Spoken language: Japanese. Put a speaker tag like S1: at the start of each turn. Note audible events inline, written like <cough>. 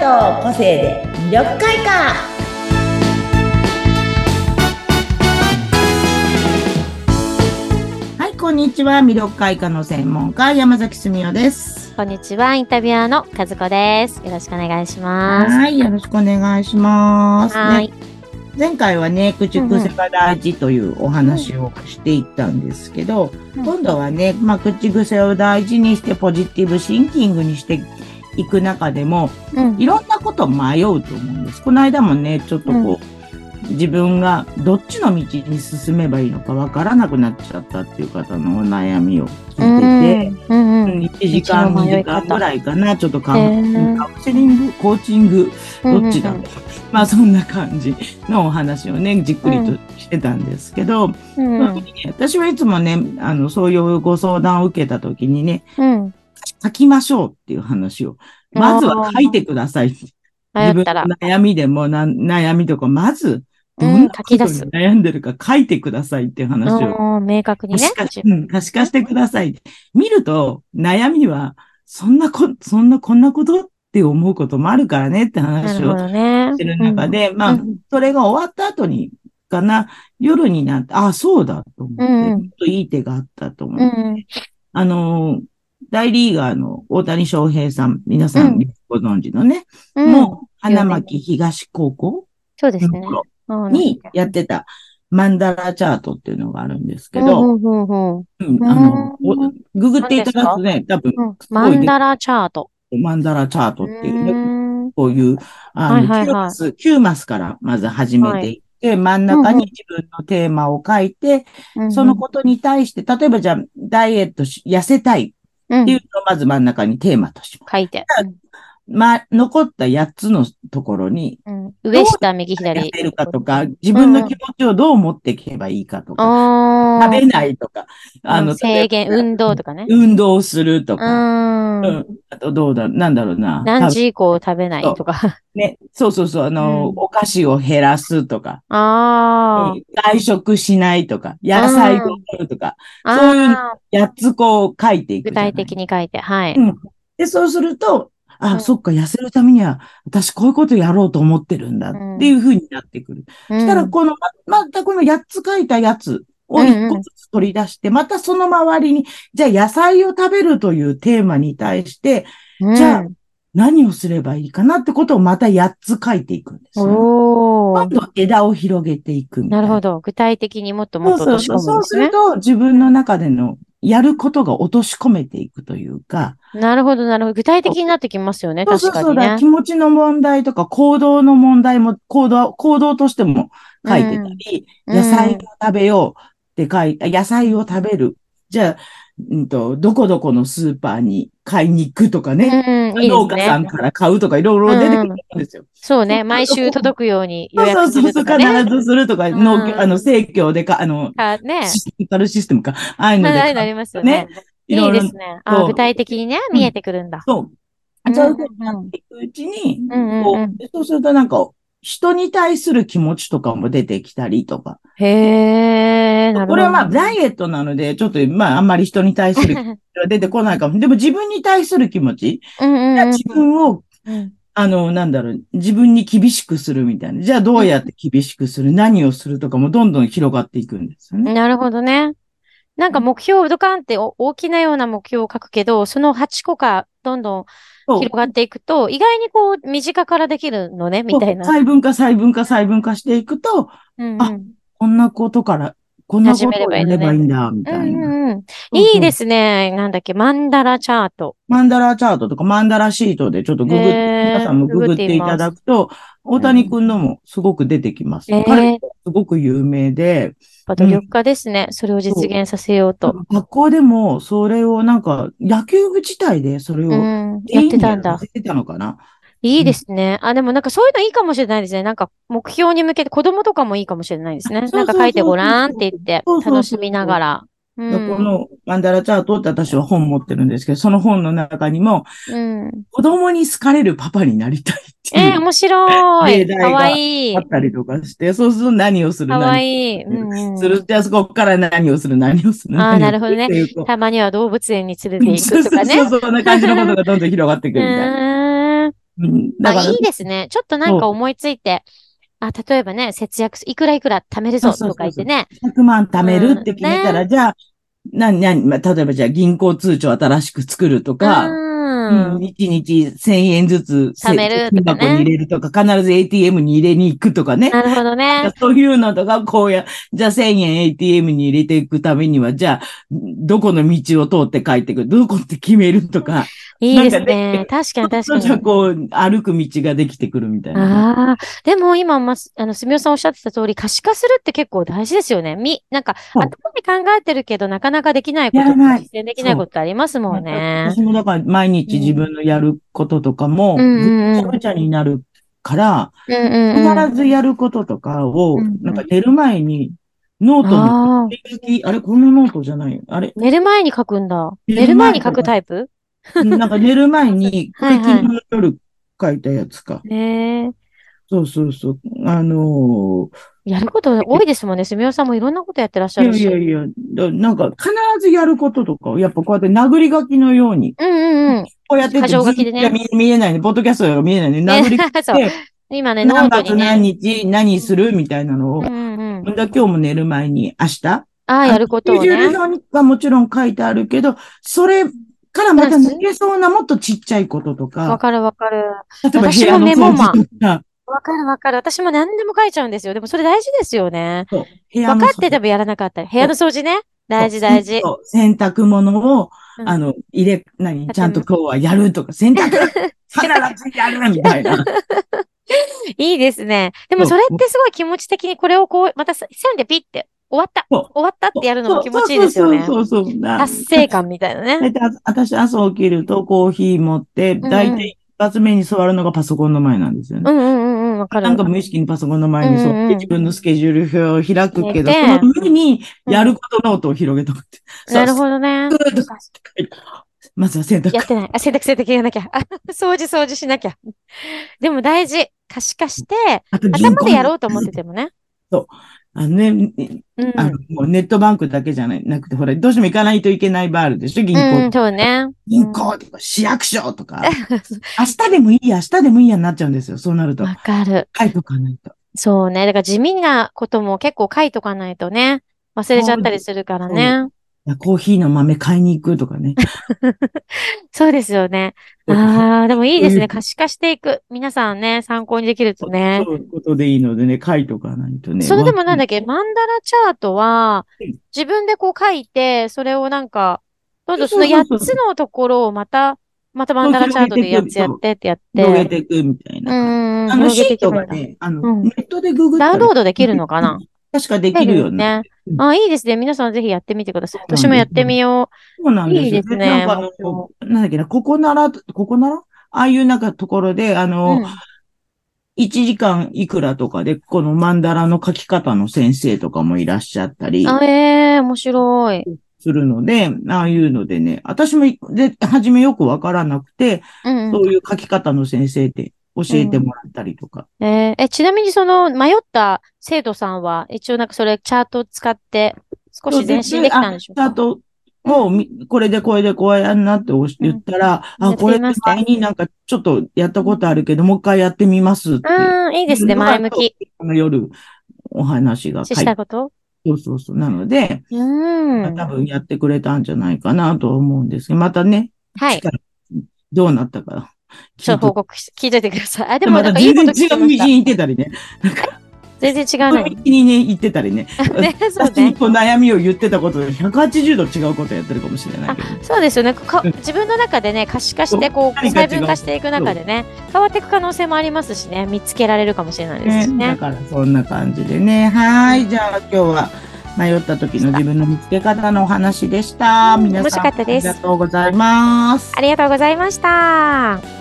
S1: の個性で魅力開花はいこんにちは魅力開花の専門家山崎澄夫です
S2: こんにちは、インタビュアーの和子です。よろしくお願いします。
S1: はいよろしくお願いします、ね
S2: はい。
S1: 前回はね駆逐癖が大事というお話をしていったんですけど、
S2: うん
S1: 今度はね、まあ、口癖を大事にしてポジティブシンキングにしていく中でも
S2: うん
S1: いろんなこと迷うと思うんです。この間もね、ちょっとこう、自分がどっちの道に進めばいいのかわからなくなっちゃったっていう方のお悩みを聞いてて、
S2: うんうん
S1: 1時間、
S2: 道の
S1: 2
S2: 迷
S1: 時
S2: い方
S1: 間ぐらいかな、ちょっとカウ
S2: へー
S1: カウンセリング、コーチング、どっちだ
S2: う
S1: ろうんまあそんな感じのお話をね、じっくりとしてたんですけど、
S2: うんうん
S1: 私はいつもね、あの、そういうご相談を受けた時にね、
S2: うん
S1: 書きましょうっていう話を、まずは書いてくださいって
S2: 迷
S1: 自
S2: っ
S1: 分
S2: たら
S1: の、悩みでもな悩みとか、まず、ど
S2: うん
S1: んな
S2: 書
S1: こと
S2: き
S1: に
S2: 出す。
S1: 悩んでるか書いてくださいっていう話を、
S2: うん明確に
S1: 可
S2: ね
S1: 視。化しうん可視化してください。見ると、悩みは、そんなこ、そんな、こんなことって思うこともあるからねって
S2: な
S1: 話
S2: るほ
S1: を
S2: どね。
S1: してる中で、まあ、
S2: うん
S1: それが終わった後に、かな、夜になって、あ、そうだと思って、
S2: うん
S1: もっといい手があったと思
S2: う
S1: う。
S2: ん
S1: あの、大リーガーの大谷翔平さん、皆さんご存知のね、
S2: うんうん
S1: もう、花巻東高校
S2: そうですね
S1: の。頃
S2: うん
S1: にやってたマンダラチャートっていうのがあるんですけ
S2: う
S1: ど、
S2: んうんうんうん
S1: うんあの、おググっていただくとね、多分、
S2: うん
S1: す
S2: マ
S1: ごい
S2: ン
S1: ね
S2: ダラチャート。
S1: マンダラチャート
S2: う
S1: っていうね、
S2: ーん
S1: こういう、あの、
S2: はいはいはい
S1: 9マス、9マスからまず始めていって、真ん中に自分のテーマを書いて、そのことに対して、例えばじゃあ、ダイエットし、痩せたいって
S2: うん
S1: いうのをまず真ん中にテーマとします。
S2: 書いて。
S1: ま、残った8つのところに、
S2: うんうん上下右
S1: 痩
S2: 左。
S1: せるかとか、自分の気持ちをどう持っていけばいいかとか、
S2: あ
S1: 食べ
S2: ー
S1: ないとか、あ
S2: う
S1: の、
S2: ん制限、
S1: 例えば
S2: 運動とかね。
S1: 運動すると
S2: う
S1: か、
S2: ん
S1: うんあとどうだ、なんだろうな。
S2: 何時以降食べないとか。 <laughs>
S1: ね、そうそうそう、あの、
S2: うん
S1: お菓子を減らすとか、
S2: あ
S1: 外食しないとか、野菜を取るとか、
S2: あ。
S1: そういう
S2: あー
S1: 8つこう書いていく
S2: 具
S1: じゃない。
S2: 体的に書いて。はい。
S1: うんで、そうすると、あ、
S2: うん
S1: そっか、痩せるためには、私こういうことやろうと思ってるんだっていう風になってくる。
S2: そ
S1: したら、この、ま、またこの8つ書いたやつを1個ずつ取り出して、またその周りに、じゃあ野菜を食べるというテーマに対して、じゃあ何をすればいいかなってことをまた8つ書いていくんですね、
S2: お
S1: 今
S2: ー。
S1: 度枝を広げていくみたい
S2: な
S1: な
S2: るほど。具体的にもっとも
S1: そ
S2: っ
S1: う
S2: と
S1: そう
S2: 落とし
S1: そう。そ
S2: 込むん
S1: う
S2: ですす
S1: る
S2: ね。
S1: と、自分の中でのやることが落とし込めていくというか、
S2: なるほど、なるほど。具体的になってきますよね。
S1: そうそ
S2: 確
S1: うそ
S2: か
S1: う
S2: に
S1: だから
S2: ね
S1: 気。持ちの問題とか行動の問題も、行動、行動としても書いてたり、
S2: うん
S1: 野菜を食べようって書いて、野菜を食べる。じゃあ、うんと、どこどこのスーパーに買いに行くとかね。
S2: うん、いいで
S1: 農
S2: す
S1: 家さん
S2: ね。
S1: から買うとかいろいろ出てくるんですよ。
S2: そう
S1: そ
S2: ね。
S1: う
S2: 毎週届くように予
S1: そう
S2: 約
S1: そ
S2: す
S1: う
S2: る
S1: そう、
S2: とかね。
S1: 必ずするとか、
S2: うん
S1: 農協、あの、生協でか、あの、
S2: かね。
S1: システムタルシステムか、ああいうので
S2: はいな
S1: 買う、
S2: りますよね。
S1: い
S2: い
S1: ろ
S2: い
S1: いろ
S2: ですね。あ
S1: そ
S2: ー
S1: う
S2: 具体的にね、
S1: うん
S2: 見えてくるんだ。
S1: そう。そういうふうになっていくうちに、
S2: うんうんうん
S1: こうそうするとなんか、人に対する気持ちとかも出てきたりとか。
S2: へえ、なるほど。
S1: これはまあ、ダイエットなので、ちょっとまあ、あんまり人に対する気
S2: <laughs>
S1: 持ちは出てこないかも。でも自分に対する気持ち
S2: うんうんうん
S1: 自分を、
S2: うん
S1: あの、なんだろう、自分に厳しくするみたいな。じゃあどうやって厳しくする何をするとかもどんどん広がっていくんですよね。
S2: なるほどね。なんか目標をドカンってお大きなような目標を書くけど、その8個がどんどん
S1: そう
S2: 広がっていくと、意外にこう、身近からできるのね、みたいな。
S1: 細分化、細分化、細分化していくと、
S2: うんうん
S1: こんなことから、こんなことを
S2: 始めればい
S1: や
S2: いの
S1: れ
S2: ね
S1: ばいいんだ、み
S2: う
S1: たい
S2: ん
S1: な。
S2: うんうん。いいですね。なんだっけ、マンダラチャート。
S1: マンダラチャートとかマンダラシートでちょっとググって、
S2: へー
S1: 皆さんもググっていただくと、大谷くんのもすごく出てきます。
S2: うん
S1: 彼はすごく有名で、
S2: やっぱ努力家ですね。それを実現させようと。
S1: 学校でもそれをなんか野球部自体でそれ
S2: う
S1: を
S2: ん。やってたんだ
S1: や。ってたのかな。
S2: いいですね。あ、でもなんかそういうのいいかもしれないですね。なんか目標に向けて子供とかもいいかもしれないですね。
S1: そうそう
S2: なんか書いてごらんって言って
S1: そうそうそう
S2: 楽しみながら。う
S1: こ
S2: ん。
S1: のマンダラチャートって私は本持ってるんですけど、その本の中にも、
S2: うん。
S1: 子供に好かれるパパになりたいって
S2: え
S1: い
S2: え
S1: う、
S2: 面白い。
S1: 例題が
S2: かわいい
S1: あっ。たりとかして、そうすると何をする
S2: かわ
S1: 何
S2: いい。うん
S1: する。じゃあそこから何をする何をする
S2: あ
S1: 何を
S2: ー
S1: す
S2: なるほどね
S1: っていうこう
S2: たまには動物園に連れて行くとかね。
S1: そうそうそう、そんな感じのことがどんどん広がっていく
S2: う
S1: みたいな。
S2: ーん。
S1: うん
S2: ま
S1: だか
S2: あ
S1: ら
S2: いいですね。ちょっとなんか思いついて、あ、例えばね、節約す、いくらいくら貯めるぞ
S1: そうそうそ
S2: と
S1: う
S2: か言ってね。
S1: 100万貯めるって決めたら、じゃあ、な、な、まあ例えばじゃあ銀行通帳新しく作るとか、うん、
S2: うん。
S1: 1日1000円ずつ、
S2: 貯めるとかね
S1: 金箱に入れるとか、必ず ATM に入れに行くとかね。
S2: なるほどね。
S1: そういうのとか、こうや、じゃあ1000円 ATM に入れていくためには、じゃあ、どこの道を通って帰ってくる、どこって決めるとか、
S2: いいです
S1: な
S2: ね。確かに確
S1: <laughs>
S2: か
S1: じゃあ
S2: に。
S1: こう、歩く道ができてくるみたいな。
S2: ああ、でも今、まあ、すあの、すみおさんおっしゃってた通り、可視化するって結構大事ですよね。み、なんか、
S1: そう
S2: 頭で考えてるけど、なかなかできないこと
S1: やらない
S2: 実践できないことありますもんね。
S1: 私もだから毎日自分のやることとかも、
S2: うんうんうん
S1: ぐちゃぐちゃになるから、
S2: うんうんうん。
S1: 必ずやることとかを、
S2: うんうん
S1: なんか寝る前に、ノートに
S2: ああ、
S1: 書き、あれこんなノートじゃないあれ
S2: 寝る前に書くんだ。
S1: 寝
S2: 寝
S1: る
S2: る
S1: 前
S2: 前
S1: に
S2: に書くタイプ
S1: なんか寝る前
S2: <laughs>
S1: に、
S2: はいはい
S1: 昨日の夜書いたやつか。
S2: ねえ。
S1: そうそうそう。あの
S2: やること多いですもんね。すみおさんもいろんなことやってらっし
S1: ー
S2: ゃ
S1: い
S2: る
S1: や
S2: し。
S1: いやいや、だなんか必ずやることとかを、やっぱこうやって殴り書きのように、
S2: うんうんうん。
S1: こうやってて
S2: 箇条書きでね
S1: ずっと見え見えないね。ポッドキャストが見えないね。
S2: <laughs>
S1: 殴り書き
S2: そう
S1: で、
S2: 今ね、ノ
S1: 何
S2: ート
S1: 月
S2: にね。
S1: 何日何するみたいなのを、
S2: うんうんうん。
S1: だ今日も寝る前に明日、
S2: ああ、やることを
S1: スケジュール
S2: ね。
S1: 表はもちろん書いてあるけど、それからまた抜けそうなもっとちっちゃいことと
S2: わ
S1: か、
S2: かるわかる。
S1: 例えば部
S2: 私も
S1: 屋の
S2: メモ
S1: 掃
S2: マン
S1: 除とか、
S2: わかるわかる。私も何でも書いちゃうんですよ。でもそれ大事ですよね。
S1: そう部屋
S2: 分
S1: の掃除
S2: かっててもやらなかったり。部屋の掃除ね。大事大事。
S1: そう洗濯物を、
S2: うん
S1: あの、入れ、何、
S2: て
S1: ちゃんと今日はやるとか、洗濯必ずやるみた
S2: <laughs>
S1: いな。
S2: いいですね。でも
S1: そ
S2: そうれってすごい気持ち的にこれをこう、また線でピッて終わった。
S1: そう
S2: 終わったってやるのも気持ちいいですよね。
S1: そうそうそうそうそう。な
S2: 達成感みたい
S1: <laughs>
S2: なね。
S1: 大体あ私朝起きるとコーヒー持って、
S2: んうん
S1: 大体一発目に座るのがパソコンの前なんですよね。
S2: うんうんうんうん。わかる。
S1: なんか無意識にパソコンの前に
S2: うん
S1: 沿
S2: う
S1: っ
S2: ん
S1: て自分のスケジュール表を開くけど、
S2: 入
S1: そ
S2: れて
S1: の上にやることノートを広げとくって。
S2: <laughs> なるほ
S1: ど。
S2: どね。
S1: そうまずは洗濯
S2: やってない。あ、洗濯洗濯やらなきゃ。 <laughs> あ、掃除掃除しなきゃ。でも大事。可視化して、
S1: あと銀
S2: 頭
S1: 行
S2: でやろうと思っててもね。
S1: あのね、
S2: うん。
S1: あの、もうネットバンクだけじゃないなくて、ほら、どうしても行かないといけない場あるでしょ、銀
S2: う
S1: 行
S2: ん、。そうね。
S1: 銀行とか市役所とか、 <laughs> 明日でもいいや、明日でもいいやになっちゃうんですよ、そうなると。
S2: わかる。
S1: 書いとかないと。
S2: そうね。だから地味なことも結構書いとかないとね。忘れちゃったりするからね。
S1: いやコーヒーの豆買いに行くとかね。
S2: そうですよね。 <laughs> ああ、でもいいですね。可視化していく。皆さんね、参考にできるとね。
S1: そういうことでいいのでね、書いとかないとね。
S2: それでもなんだっ
S1: っ
S2: け、マンダラチャートは
S1: うん、
S2: 自分でこう書いて、それをなんか、どんどんその
S1: そうそうそう
S2: 8つのところをまた、またマンダラチャートでやつやってってやっ
S1: 広げ
S2: て。
S1: ていくみたい
S2: うんう
S1: な。
S2: んうん。
S1: あの、
S2: 広
S1: シ
S2: げてい
S1: ー
S2: け
S1: ト
S2: ばい
S1: が
S2: いんだ
S1: ね、あの、
S2: うん
S1: ネットでググったら
S2: ダウンロードできるのかな
S1: 確かできるよね。
S2: ね。あ、いいですね。皆さんぜひやってみてください。
S1: そうなんです
S2: 私もやってみよ
S1: そうなんですよ。
S2: いいですね
S1: なんかあの
S2: も
S1: なんだっけな、ここなら、ここならああいうなんかところで、あ
S2: う。
S1: の、
S2: うん
S1: 1時間いくらとかで、このマンダラの書き方の先生とかもいらっしゃったり
S2: あ、ええ面白い。
S1: するので、ああいうのでね、私もい、で、初めよくわからなくて、
S2: うん、う
S1: そ
S2: ん。
S1: ういう書き方の先生で教えてもらったりとか。
S2: えーえ、ちなみにその迷った生徒さんは、一応なんかそれチャートを使って少し前進できたんでしょう
S1: あ
S2: か
S1: あと、もうみ、これでこれでこうやんなっておし言ったら、
S2: うん
S1: あ、これ
S2: やってみます
S1: 前になんかちょっとやったことあるけど、もう一回やってみますって。
S2: うん、いいですね。前向き。。
S1: あの夜、お話が書い
S2: したこと
S1: そうそうそう。なので、
S2: うん。
S1: まあ多
S2: は
S1: 分やってくれたんじゃないかなと思うんですけど、またね、
S2: い。
S1: どうなったか。
S2: ちょっと
S1: 聞い
S2: 報告し、聞いといてください。あ、
S1: て
S2: でも
S1: ま
S2: な
S1: た
S2: んかいい
S1: 全
S2: こ
S1: 然違
S2: と聞き
S1: う
S2: ま
S1: 道に
S2: した。
S1: 行ってたりね。
S2: 全然違う
S1: こ
S2: の
S1: の
S2: に。
S1: 道にね、行ってたりね。
S2: ね、そう
S1: 私に <laughs>
S2: ね。
S1: こう悩みを言ってたことで180度違うことやってるかもしれないけど。
S2: そうですよね。か
S1: うん
S2: 自分の中でね、可視化して、こう、
S1: 何か違
S2: 細
S1: う
S2: 分化していく中でね、変わっていく可能性もありますしね、見つけられるかもしれないですし
S1: ね、だ
S2: ね。
S1: からそんな感じでね。はい。じゃあ今日は迷った時の自分の見つけ方のお話でした。
S2: うん
S1: 皆さん
S2: 面白かったです
S1: ありがとうございます。
S2: ありがとうございました。